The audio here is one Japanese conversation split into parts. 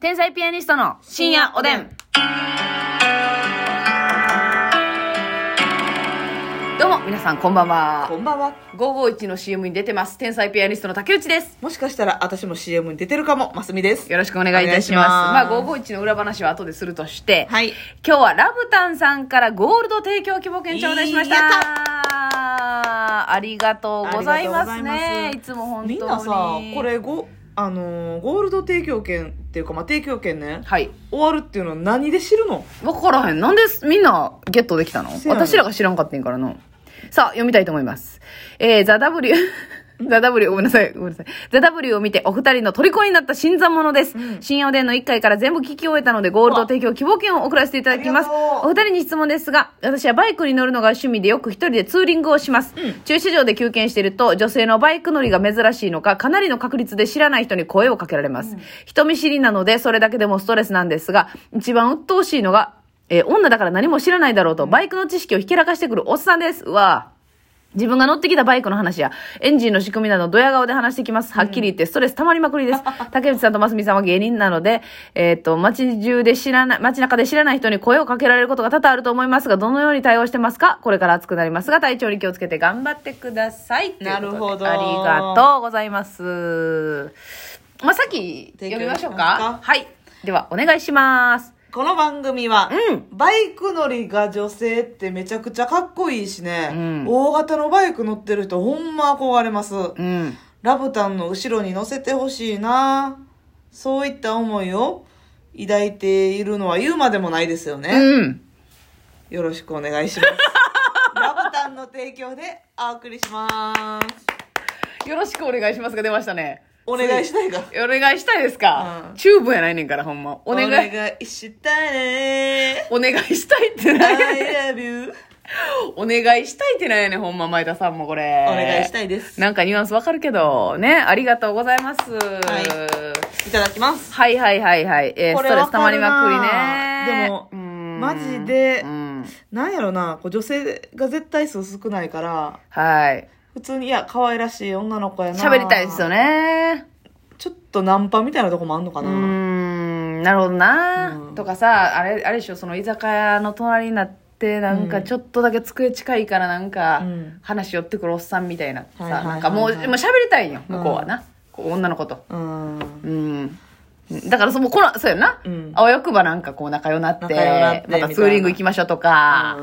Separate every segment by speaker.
Speaker 1: 天才ピアニストの深夜おでん。どうも、皆さん、こんばん
Speaker 2: こ
Speaker 1: は。
Speaker 2: んばんは。
Speaker 1: 551の CM に出てます。天才ピアニストの竹内です。
Speaker 2: もしかしたら私も CM に出てるかも、ますみです。
Speaker 1: よろしくお願いいたします。ま
Speaker 2: お願いしま
Speaker 1: あ、
Speaker 2: す
Speaker 1: 551の裏話は後でするとして、
Speaker 2: はい。
Speaker 1: 今日はラブタンさんからゴールド提供希望券頂戴しました。
Speaker 2: やっ
Speaker 1: ありがとうございますね。いつも本当に。
Speaker 2: みんなさ、これ、ご、あのーゴールド提供券っていうか、まあ、提供券ね、
Speaker 1: はい。
Speaker 2: 終わるっていうのは何で知るの
Speaker 1: わからへん。なんですみんなゲットできたの
Speaker 2: せやねん
Speaker 1: 私らが知らんかってんからな。さあ、読みたいと思います。えー、ザ・ W。ザ・ W、ごめんなさい、ごめんなさい。ザ・ W を見て、お二人の虜になった新参者です。
Speaker 2: うん
Speaker 1: 新おでんの1回から全部聞き終えたので、ゴールド提供希望券を送らせていただきます。
Speaker 2: ありがと
Speaker 1: お
Speaker 2: う
Speaker 1: 二人に質問ですが、私はバイクに乗るのが趣味でよく一人でツーリングをします。駐車場で休憩していると、女性のバイク乗りが珍しいのか、かなりの確率で知らない人に声をかけられます。人見知りなので、それだけでもストレスなんですが、一番鬱陶しいのが、えー女だから何も知らないだろうと、バイクの知識をひけらかしてくるおっさんです。うわぁ自分が乗ってきたバイクの話や、エンジンの仕組みなど、ドヤ顔で話してきます。はっきり言って、ストレス溜まりまくりです。竹内さんとますみさんは芸人なので、えっ、と、街中で知らない、街中で知らない人に声をかけられることが多々あると思いますが、どのように対応してますかこれから暑くなりますが、体調に気をつけて頑張ってください。
Speaker 2: なる
Speaker 1: という
Speaker 2: ほど
Speaker 1: ことでありがとうございます。まあ、さっき読みましょう
Speaker 2: 提供
Speaker 1: か
Speaker 2: しますか
Speaker 1: はい。では、お願いします。
Speaker 2: この番組は、
Speaker 1: うん
Speaker 2: バイク乗りが女性ってめちゃくちゃかっこいいしね、
Speaker 1: うん
Speaker 2: 大型のバイク乗ってる人ほんま憧れます。
Speaker 1: うん。
Speaker 2: ラブタンの後ろに乗せてほしいなそういった思いを抱いているのは言うまでもないですよね。
Speaker 1: うん。
Speaker 2: よろしくお願いします。 ラブタンの提供でお送りします。
Speaker 1: よろしくお願いしますが出ましたね。
Speaker 2: お願いしたいが。
Speaker 1: お願いしたいですか、
Speaker 2: うん
Speaker 1: チューブやないねんから、ほんま。お願い、
Speaker 2: いしたい ね。
Speaker 1: お願いしたいってない
Speaker 2: I love you.
Speaker 1: お願いしたいってないねん、ほんま、前田さんもこれ。
Speaker 2: お願いしたいです。
Speaker 1: なんかニュアンスわかるけど、ね、ありがとうございます。はい
Speaker 2: ただきます。
Speaker 1: い、はいはいはい。えー、ストレス溜まりまくりね。
Speaker 2: でも、
Speaker 1: うん
Speaker 2: マジで
Speaker 1: う、ん。
Speaker 2: なんやろな、こう女性が絶対数少ないから、
Speaker 1: はい。
Speaker 2: 普通に、いや、可愛らしい女の子やな。
Speaker 1: 喋りたいですよ
Speaker 2: ね。
Speaker 1: ね。
Speaker 2: ちょっとナンパみたいなとこもあんのか
Speaker 1: う
Speaker 2: な。
Speaker 1: ーんなるほどな、
Speaker 2: うん
Speaker 1: とかさあれあれでしょその居酒屋の隣になってなん
Speaker 2: う
Speaker 1: か
Speaker 2: ん
Speaker 1: ちょっとだけ机近いからなんか、
Speaker 2: うん
Speaker 1: 話寄ってくるおっさんみたいなさ、
Speaker 2: はいはいはいは
Speaker 1: な
Speaker 2: い
Speaker 1: んかもうもう喋りたいんよ向こうはな、こう女の子と
Speaker 2: うん。
Speaker 1: うんだからそのこのそうやな、
Speaker 2: うん
Speaker 1: あわよくばなんかこう仲良なって
Speaker 2: 仲良なって
Speaker 1: またツーリング行きましょうとか、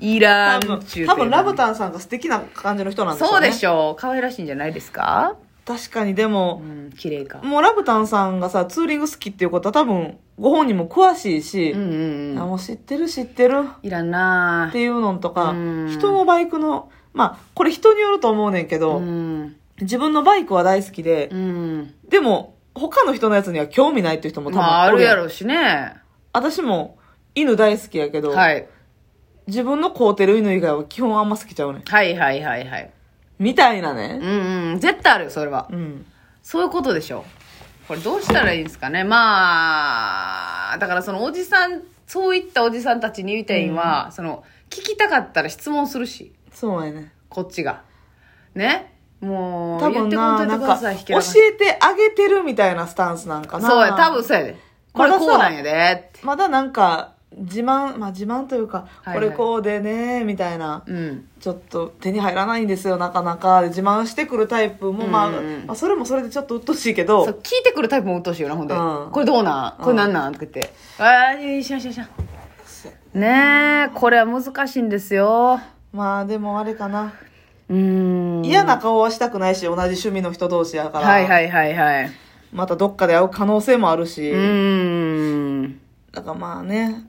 Speaker 1: いら
Speaker 2: 多
Speaker 1: ん
Speaker 2: 分
Speaker 1: ちゅうて
Speaker 2: 多分ラブタンさんが素敵な感じの人なんです
Speaker 1: そ
Speaker 2: よ
Speaker 1: う
Speaker 2: ね。
Speaker 1: でしょう可愛らしいんじゃないですか
Speaker 2: 確かにでも
Speaker 1: う、ん綺麗か
Speaker 2: もうラブタンさんがさ、ツーリング好きっていうことは多分、ご本人も詳しいし、
Speaker 1: うんうん
Speaker 2: あ
Speaker 1: うん
Speaker 2: もう知ってる知ってる
Speaker 1: いらんな
Speaker 2: っていうのとか
Speaker 1: うん、
Speaker 2: 人のバイクの、まあ、これ人によると思うねんけど、
Speaker 1: うん
Speaker 2: 自分のバイクは大好きで
Speaker 1: う、ん
Speaker 2: でも、他の人のやつには興味ないっていう人も多分
Speaker 1: まあ、あ
Speaker 2: お
Speaker 1: るや
Speaker 2: ん
Speaker 1: ろうしね。
Speaker 2: 私も、犬大好きやけど、
Speaker 1: はい。
Speaker 2: 自分の飼うてる犬以外は基本あんま好きちゃうねん。
Speaker 1: はいはいはいはい。
Speaker 2: みたいな
Speaker 1: う
Speaker 2: ね。
Speaker 1: んうん。絶対あるよ、それは。
Speaker 2: うん。
Speaker 1: そういうことでしょ。これどうしたらいいんですかね。まあ、だからそのおじさん、そういったおじさんたちに言いたいんは、その、聞きたかったら質問するし、
Speaker 2: そうやね。
Speaker 1: こっちが。ねもう、
Speaker 2: 多
Speaker 1: 言っ
Speaker 2: 分
Speaker 1: てこんと
Speaker 2: な、
Speaker 1: い
Speaker 2: な
Speaker 1: て
Speaker 2: ん
Speaker 1: くだ
Speaker 2: か、
Speaker 1: さい、引け
Speaker 2: 教
Speaker 1: らかし
Speaker 2: えてあげてるみたいなスタンスなんかな。
Speaker 1: そうや、多分そうやで。これこうなんやで、って。
Speaker 2: まだなんか自慢まあ自慢というか、
Speaker 1: はいはい
Speaker 2: これこうでねみたいな
Speaker 1: うん。
Speaker 2: ちょっと手に入らないんですよなかなかで自慢してくるタイプも、まあ
Speaker 1: うんうんうん
Speaker 2: まあそれもそれでちょっと鬱陶しいけ
Speaker 1: そう
Speaker 2: ど
Speaker 1: 聞いてくるタイプも鬱陶しいよな、ほんで。
Speaker 2: うん
Speaker 1: これどうなんこれなんなんとか言って。ああ、しなしなしな。ねえ、これは難しいんですよ。
Speaker 2: まあでもあれかな
Speaker 1: うーん。
Speaker 2: 嫌な顔はしたくないし同じ趣味の人同士やから、
Speaker 1: はいはいはいはい。う
Speaker 2: またどっかで会う可能性もあるし、
Speaker 1: ーん。
Speaker 2: だからまあね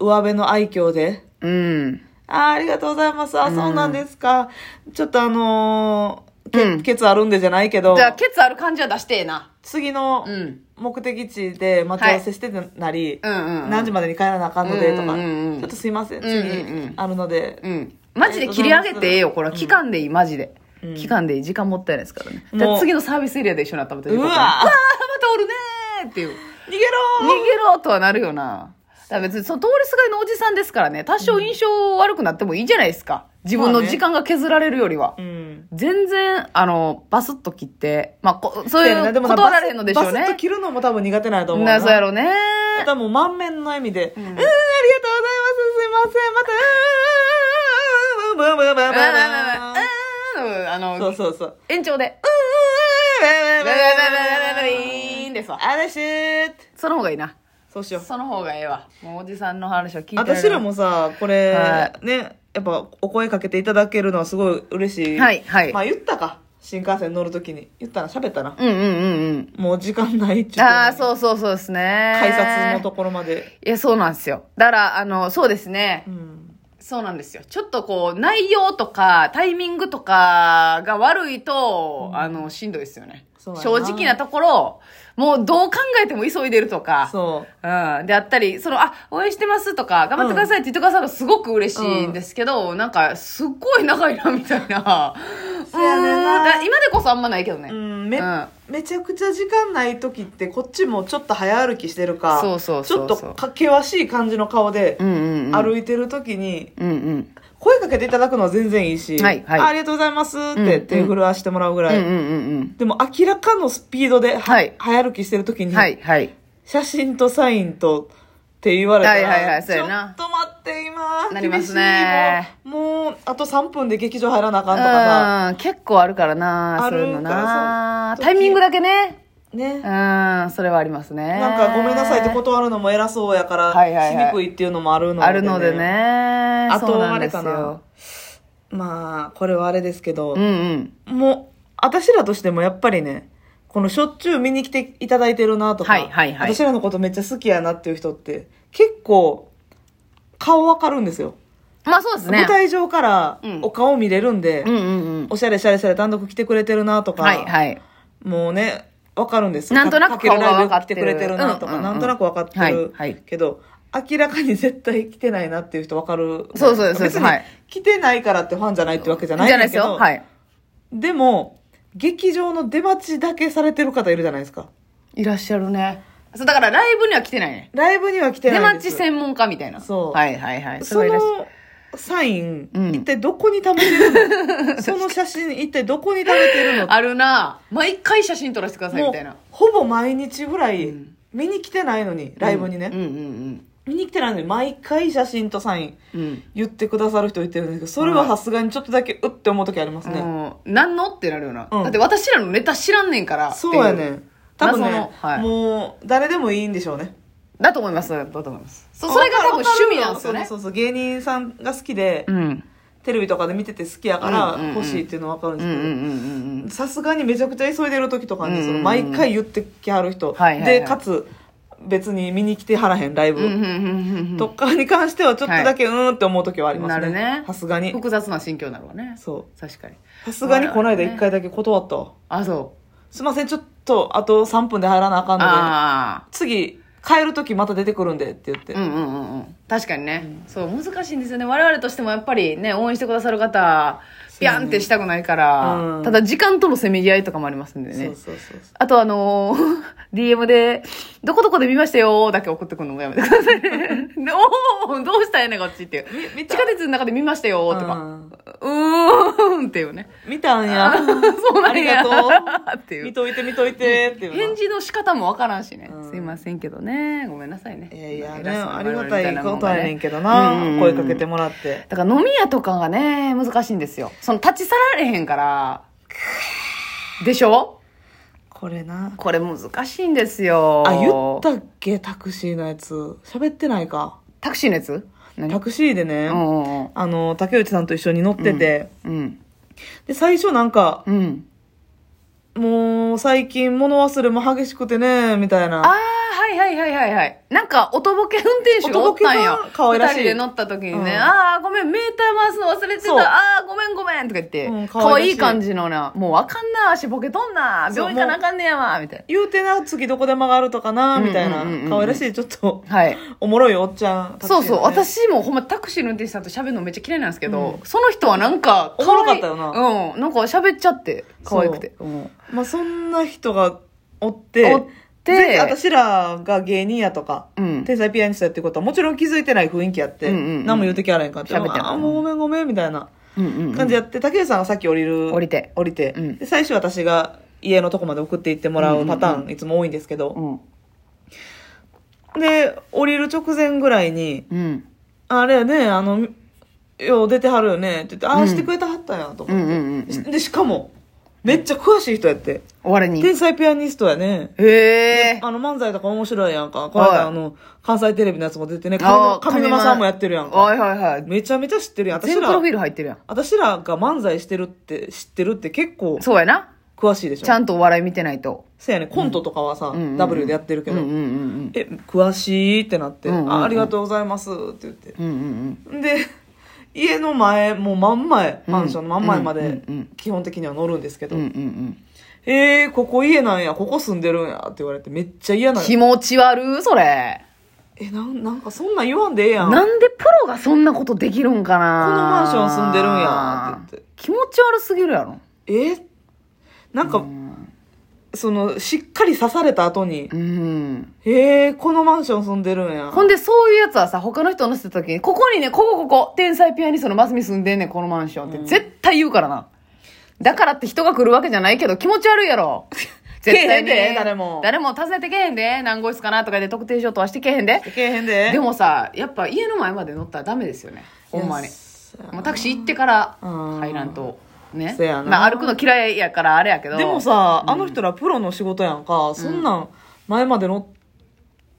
Speaker 2: 上辺の愛嬌で
Speaker 1: うん。
Speaker 2: あーありがとうございますあそうなんですか、ちょっとあのーけ
Speaker 1: うん
Speaker 2: ケツあるんでじゃないけど
Speaker 1: じゃあ、ケツある感じは出してえな。
Speaker 2: 次の
Speaker 1: うん。うん
Speaker 2: 目的地で待ち合わせしてなり、
Speaker 1: うんうん。
Speaker 2: 何時までに帰らなあかんのでとか、
Speaker 1: うんうんうん
Speaker 2: ちょっとすいません、
Speaker 1: うんうんうん
Speaker 2: 次あるので、
Speaker 1: うん。マジで切り上げてええよ、これは。期間でいい、マジで。
Speaker 2: うん
Speaker 1: 期間でいい、時間もったいないですからね。
Speaker 2: もう
Speaker 1: だから次のサービスエリアで一緒になったらまた
Speaker 2: うわ
Speaker 1: わーまたおるねーっていう。
Speaker 2: 逃げ
Speaker 1: 逃
Speaker 2: ろ
Speaker 1: げろとはなるよな。だから別にその通りすがりのおじさんですからね、多少印象悪くなってもいいじゃないですか。自分の時間が削られるよりは。
Speaker 2: ー、うんうん
Speaker 1: 全然、あの、バスッと切って、まあ、こそうい
Speaker 2: せやな
Speaker 1: う、
Speaker 2: でもな
Speaker 1: 断られへんのでしょう
Speaker 2: バスッ
Speaker 1: ね
Speaker 2: と。切るのも多分苦手なんやと思う
Speaker 1: な、そうやろうね。
Speaker 2: またもう満面の笑みで、うん、ありがとうございます、すいません、また、うーん、ブーブーブー
Speaker 1: う
Speaker 2: ブ
Speaker 1: んうん
Speaker 2: ーブ
Speaker 1: う
Speaker 2: ー
Speaker 1: んうんあ
Speaker 2: そ
Speaker 1: の
Speaker 2: う、そうそう。
Speaker 1: 延長で、ブーブーブーブーブーブーンですわ
Speaker 2: あれしーって
Speaker 1: その方がいいな。
Speaker 2: そうしよう。
Speaker 1: その方がええわ。もうおじさんの話を聞いてる
Speaker 2: 私らもさ、これ、
Speaker 1: は
Speaker 2: ね、やっぱお声かけていただけるのはすごい嬉しい。
Speaker 1: はいはい
Speaker 2: まあ言ったか。新幹線乗るときに。言ったな、喋ったな。
Speaker 1: うんうんうん
Speaker 2: もう時間ないっ
Speaker 1: う
Speaker 2: ち
Speaker 1: ん。ああ、
Speaker 2: う。
Speaker 1: そうそうそうですね。
Speaker 2: 改札のところまで。
Speaker 1: いや、そうなんですよ。だから、あの、そうですね
Speaker 2: う。ん。
Speaker 1: そうなんですよ。ちょっとこう、内容とか、タイミングとかが悪いと、あの、しんどいですよね。
Speaker 2: そうやな
Speaker 1: 正直なところ、もうどう考えても急いでるとか。
Speaker 2: そう。
Speaker 1: うん。であったり、その、あ、応援してますとか、頑張ってくださいって言ってくださるのすごく嬉しいんですけど、なんか、すっごい長いな、みたいな。
Speaker 2: そうやねんな
Speaker 1: うんだから今でこそあんまないけどね。
Speaker 2: うん、め、
Speaker 1: うん
Speaker 2: めちゃくちゃ時間ない時ってこっちもちょっと早歩きしてるか
Speaker 1: そうそうそうそう
Speaker 2: ちょっとか険しい感じの顔で
Speaker 1: うんうんうん。
Speaker 2: 歩いてる時に
Speaker 1: うんうん。
Speaker 2: 声かけていただくのは全然いいし、
Speaker 1: はいはい
Speaker 2: あありがとうございますって
Speaker 1: うん
Speaker 2: 手振らしてもらうぐらい、
Speaker 1: うんうんうん
Speaker 2: でも明らかのスピードで、
Speaker 1: はい
Speaker 2: 早歩きしてる時
Speaker 1: うん。
Speaker 2: に、
Speaker 1: はいはい。
Speaker 2: 写真とサインとって言われたら、
Speaker 1: はいはいはいそうやな
Speaker 2: ちょっと待って今
Speaker 1: なりますね
Speaker 2: 厳しいもうもうあと3分で劇場入らなあかんとかさ、
Speaker 1: うん、結構あるからな、
Speaker 2: あ
Speaker 1: そう
Speaker 2: る
Speaker 1: いうの
Speaker 2: から
Speaker 1: な。
Speaker 2: そう
Speaker 1: タイミングだけね。
Speaker 2: ね、
Speaker 1: うん、それはありますね。
Speaker 2: なんかごめんなさいって断るのも偉そうやから、
Speaker 1: はいはいはい
Speaker 2: しにくいっていうのもあるので、
Speaker 1: あるので。ね。
Speaker 2: あと
Speaker 1: そうなんです
Speaker 2: あれかな
Speaker 1: よ。
Speaker 2: まあ、これはあれですけど
Speaker 1: う、んうん。
Speaker 2: もう、私らとしてもやっぱりね、このしょっちゅう見に来ていただいてるなとか、
Speaker 1: はいはいはい
Speaker 2: 私らのことめっちゃ好きやなっていう人って、結構、顔わかるんですよ。
Speaker 1: まあそうですね。
Speaker 2: 舞台上から
Speaker 1: うん
Speaker 2: お顔見れるんで、
Speaker 1: うんうん
Speaker 2: おしゃれしゃれしゃれ単独来てくれてるなと
Speaker 1: うん。
Speaker 2: か、
Speaker 1: はいはい。
Speaker 2: もうね、わかるんです
Speaker 1: なんとなく
Speaker 2: かけるライブ
Speaker 1: 顔が分か
Speaker 2: 来
Speaker 1: って
Speaker 2: て
Speaker 1: る
Speaker 2: くれてるなとか、
Speaker 1: うんうんうん
Speaker 2: なんとなく分かってる、
Speaker 1: はいはい
Speaker 2: けど、明らかに絶対来てないなっていう人分かる。
Speaker 1: そうそうそう
Speaker 2: 別に
Speaker 1: はい
Speaker 2: 来てないからってファンじゃないってわけじ
Speaker 1: じ
Speaker 2: ゃ
Speaker 1: ゃ
Speaker 2: な
Speaker 1: ないい
Speaker 2: んだ
Speaker 1: で
Speaker 2: け
Speaker 1: す
Speaker 2: ど
Speaker 1: よ。はい。
Speaker 2: でも、劇場の出待ちだけされてる方いるじゃないですか。
Speaker 1: いらっしゃるね。そう、だからライブには来てないね。
Speaker 2: ライブには来て
Speaker 1: 出
Speaker 2: ないん
Speaker 1: 待
Speaker 2: です
Speaker 1: ち専門家みたいな。
Speaker 2: そう
Speaker 1: はいはいはい。
Speaker 2: そ
Speaker 1: れはいらっしゃる
Speaker 2: のサイン、
Speaker 1: うん
Speaker 2: 一体どこに貯めてる のその写真、一体どこに貯めてるの
Speaker 1: あるな毎回写真撮らせてください
Speaker 2: も
Speaker 1: み
Speaker 2: う
Speaker 1: たいな。
Speaker 2: ほぼ毎日ぐらい、
Speaker 1: ん
Speaker 2: 見に来てないのに、ライブにね。
Speaker 1: うんうん
Speaker 2: 見に来てないのに毎回写真とサイン
Speaker 1: うん。うん。
Speaker 2: 言ってくださる人いてるんですけどそれはさすがにちょっとだけうって思う時ありますね、
Speaker 1: もう何のってなるよな、
Speaker 2: うん
Speaker 1: だって私らのネタ知らんねんからってい
Speaker 2: そうやねん多分ね、
Speaker 1: 謎のはい
Speaker 2: もう誰でもいいんでしょうね
Speaker 1: だと思いますだと思いますそそれが多分趣味なんですよね
Speaker 2: そうそうそうそう芸人さんが好きで、
Speaker 1: うん
Speaker 2: テレビとかで見てて好きやから
Speaker 1: うんうんうん
Speaker 2: 欲しいっていうのは分かるん
Speaker 1: う
Speaker 2: で
Speaker 1: ん
Speaker 2: す
Speaker 1: うん
Speaker 2: けど、
Speaker 1: うんうん
Speaker 2: さすがにめちゃくちゃ急いでる時とか
Speaker 1: うん
Speaker 2: に、
Speaker 1: うんうん
Speaker 2: その毎回言ってきはる
Speaker 1: は
Speaker 2: 人、
Speaker 1: いはいはい
Speaker 2: でかつ別に見に来てはらへんライブ、
Speaker 1: うんうんうん
Speaker 2: とかに関してはちょっとだけうーんって思う時はあります
Speaker 1: なるね
Speaker 2: ねさすが
Speaker 1: うん
Speaker 2: に
Speaker 1: 複雑な心境になるわね
Speaker 2: そう
Speaker 1: 確かに
Speaker 2: さすがにこの間一回だけ断ったわ、
Speaker 1: あそ
Speaker 2: すいませんちょっとあと3分で入らなあか
Speaker 1: うん
Speaker 2: ので
Speaker 1: ああ
Speaker 2: 次帰る時また出てくるんでって言って、
Speaker 1: うんうんうんうん確かにね、そう難しいんですよね我々としてもやっぱりね応援してくださる方ピャンってしたくないから、
Speaker 2: うん
Speaker 1: ただ時間とのせめぎ合いとかもありますんでね
Speaker 2: そうそうそう
Speaker 1: あとあのー DM で、どこどこで見ましたよーだけ送ってくるのもやめてくだ さい。でおーどうしたらええねんこっちっていう。
Speaker 2: み見
Speaker 1: 地
Speaker 2: た
Speaker 1: 下鉄の中で見ましたよーとか。
Speaker 2: うん
Speaker 1: うーんっていうね。
Speaker 2: 見たんや
Speaker 1: そうなんや。
Speaker 2: ありが
Speaker 1: とう。ってい
Speaker 2: 見
Speaker 1: う。
Speaker 2: といて見といてっていうな
Speaker 1: 返事の仕方もわからんしね、
Speaker 2: うん
Speaker 1: すいませんけどね。ごめんなさいね。
Speaker 2: いやいや
Speaker 1: 偉
Speaker 2: ね
Speaker 1: そうな
Speaker 2: あ
Speaker 1: 我
Speaker 2: り
Speaker 1: 々み
Speaker 2: が
Speaker 1: な
Speaker 2: た
Speaker 1: いもん
Speaker 2: こ
Speaker 1: が
Speaker 2: と
Speaker 1: ね
Speaker 2: やねんけどな、
Speaker 1: うんうんうん
Speaker 2: 声かけてもらって
Speaker 1: だから飲み屋とかがね、難しいんですよ。その立ち去られへんから。でしょ
Speaker 2: これな
Speaker 1: これ難しいんですよ。
Speaker 2: あ言ったっけタクシーのやつ喋ってないか
Speaker 1: タクシーのやつ何
Speaker 2: タクシーでね、
Speaker 1: うんうんうん
Speaker 2: あの竹内さんと一緒に乗ってて、
Speaker 1: うん。
Speaker 2: で最初なんか
Speaker 1: うん。
Speaker 2: もう最近物忘れも激しくてねみたい
Speaker 1: ああ
Speaker 2: な、
Speaker 1: はいはいはいはいはい。なんか、おとぼけ運転手がおったん
Speaker 2: おとぼ
Speaker 1: よ
Speaker 2: け。が可愛らしい
Speaker 1: 二人で乗った時にね、
Speaker 2: うん
Speaker 1: ああ、ごめん、メーター回すの忘れてた。
Speaker 2: そう
Speaker 1: ああ、ごめんごめんとか言って、
Speaker 2: うん
Speaker 1: 可愛
Speaker 2: 可
Speaker 1: い
Speaker 2: 愛らしい
Speaker 1: 感じのな、もうわかんな、足ボケとんな、
Speaker 2: そう
Speaker 1: 病院行かなあかんねやわ、みたい
Speaker 2: 言うてな次どこで曲がるとかなみたいな
Speaker 1: うんうんうんうん
Speaker 2: 可愛らしいちょっと
Speaker 1: な。はい。
Speaker 2: おもろいおっちゃん、タクシ
Speaker 1: そ
Speaker 2: ーの
Speaker 1: う
Speaker 2: ね
Speaker 1: そう、私もほんまタクシーの運転手さんと喋るのめっちゃ嫌いなんですけど、
Speaker 2: う
Speaker 1: その人はなんか、
Speaker 2: おもろかったよな
Speaker 1: 可愛いうん、なんか喋っちゃって、可愛くて。うん
Speaker 2: まあ、そんな人がおって
Speaker 1: おって
Speaker 2: 全然私らが芸人やとか、
Speaker 1: うん
Speaker 2: 天才ピアニストやっていうことはもちろん気づいてない雰囲気やって、
Speaker 1: うんうんうん
Speaker 2: 何も言うてきゃあらへんかって
Speaker 1: 喋ってんの
Speaker 2: あもうごめんごめんみたいな
Speaker 1: うんうんうん
Speaker 2: 感じやって、竹内さんがさっき降りる。
Speaker 1: 降りて
Speaker 2: 降りて。
Speaker 1: うん
Speaker 2: で最初私が家のとこまで送っていってもらうパターン、いつも多いんですけど。
Speaker 1: うん
Speaker 2: で、降りる直前ぐらいに、
Speaker 1: うん
Speaker 2: あれやね、あの、よう出てはるよねって言って、ああ、してくれたはったんやと
Speaker 1: うんうん
Speaker 2: 思っ
Speaker 1: うんうん
Speaker 2: て。で、しかも、めっちゃ詳しい人やって。
Speaker 1: 終わりに
Speaker 2: 天才ピアニストやね。
Speaker 1: へえ
Speaker 2: あの漫才とか面白いやんか。この間
Speaker 1: はい
Speaker 2: あの、関西テレビのやつも出てね、上
Speaker 1: あ
Speaker 2: 沼
Speaker 1: ー
Speaker 2: 上沼さんもやってるやん
Speaker 1: は
Speaker 2: か。
Speaker 1: いはいはい
Speaker 2: めちゃめちゃ知ってるやん。私
Speaker 1: 全プロ
Speaker 2: ら
Speaker 1: フィ、ール入ってるやん
Speaker 2: 私らが漫才してるって、知ってるって結構
Speaker 1: そうやな
Speaker 2: 詳しいでし
Speaker 1: ちゃ
Speaker 2: ょ。
Speaker 1: んとお笑い見てないと
Speaker 2: せやね、コントとかはさ、
Speaker 1: んうん
Speaker 2: W でやってるけ
Speaker 1: うん
Speaker 2: ど
Speaker 1: うん、うん
Speaker 2: え、詳しいってなって、
Speaker 1: うんうんうん
Speaker 2: あありがとうございますって言って。
Speaker 1: うんうんうん
Speaker 2: で、家の前、もう真ん前、
Speaker 1: うん
Speaker 2: マンションの真ん前ま
Speaker 1: うん
Speaker 2: で
Speaker 1: うんうん、
Speaker 2: 基本的には乗るんですけど、
Speaker 1: うんうんうん
Speaker 2: えー、ここ家なんや、ここ住んでるんやって言われて、めっちゃ嫌なの
Speaker 1: 気持ち悪いそれ
Speaker 2: え、なん、なんかそんなん言わんでええやん。
Speaker 1: なんでプロがそんなことできるんかな
Speaker 2: このマンション住んでるんやって言って
Speaker 1: 気持ち悪すぎるやろ
Speaker 2: えなんか、その、しっかり刺された後に
Speaker 1: う、ん
Speaker 2: えー、このマンション住んでるんや。
Speaker 1: ほんでそういうやつはさ他の人のせた時にここにねここここ天才ピアニストのマスミ住んでんねんこのマンションって絶対言うからな、だからって人が来るわけじゃないけど気持ち悪いやろ絶対
Speaker 2: けえへん
Speaker 1: ね
Speaker 2: で誰も
Speaker 1: 誰も訪ねてけえへんで何号室かなとかで特定しようとはしてけえへんで
Speaker 2: いけへんで。
Speaker 1: でもさやっぱ家の前まで乗ったらダメですよねほんまに
Speaker 2: いやそ
Speaker 1: もうタクシー行ってから
Speaker 2: うん
Speaker 1: 入らんとね
Speaker 2: そやな
Speaker 1: まあ、歩くの嫌いやからあれやけど
Speaker 2: でもさ、あの人らプロの仕事やんか、そんなん、前まで乗っ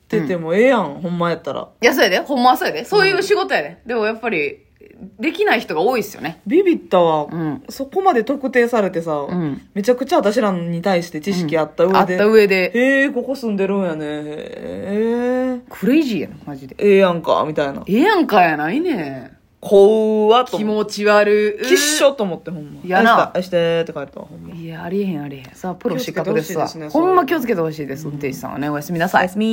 Speaker 2: ててもええやん、ほんまやったら。
Speaker 1: いやそうやでほんまはそうやでそういう仕事やで、でもやっぱりできない人が多いっすよね
Speaker 2: ビビったわ、
Speaker 1: ん
Speaker 2: そこまで特定されてさ、
Speaker 1: ん
Speaker 2: めちゃくちゃ私らに対して知識あった
Speaker 1: あ
Speaker 2: 上
Speaker 1: っ
Speaker 2: で、
Speaker 1: た上で
Speaker 2: へえここ住んでるんやねへえ
Speaker 1: クレイジーやなマジで
Speaker 2: ええやんかみたいな
Speaker 1: ええやんかやないね
Speaker 2: 怖っと
Speaker 1: 気
Speaker 2: 思って
Speaker 1: 持ち悪い
Speaker 2: きっしょと思ってほんま
Speaker 1: やな
Speaker 2: 愛して愛してって書いてたわほんま
Speaker 1: いやありえへんありえへんさあプロ
Speaker 2: 気をつ
Speaker 1: 失
Speaker 2: けて
Speaker 1: 格
Speaker 2: ほし
Speaker 1: で
Speaker 2: い
Speaker 1: す
Speaker 2: で
Speaker 1: わ
Speaker 2: すね
Speaker 1: ほんま気をつけてほしいです運転手さんはねおやすみなさい
Speaker 2: おやすみ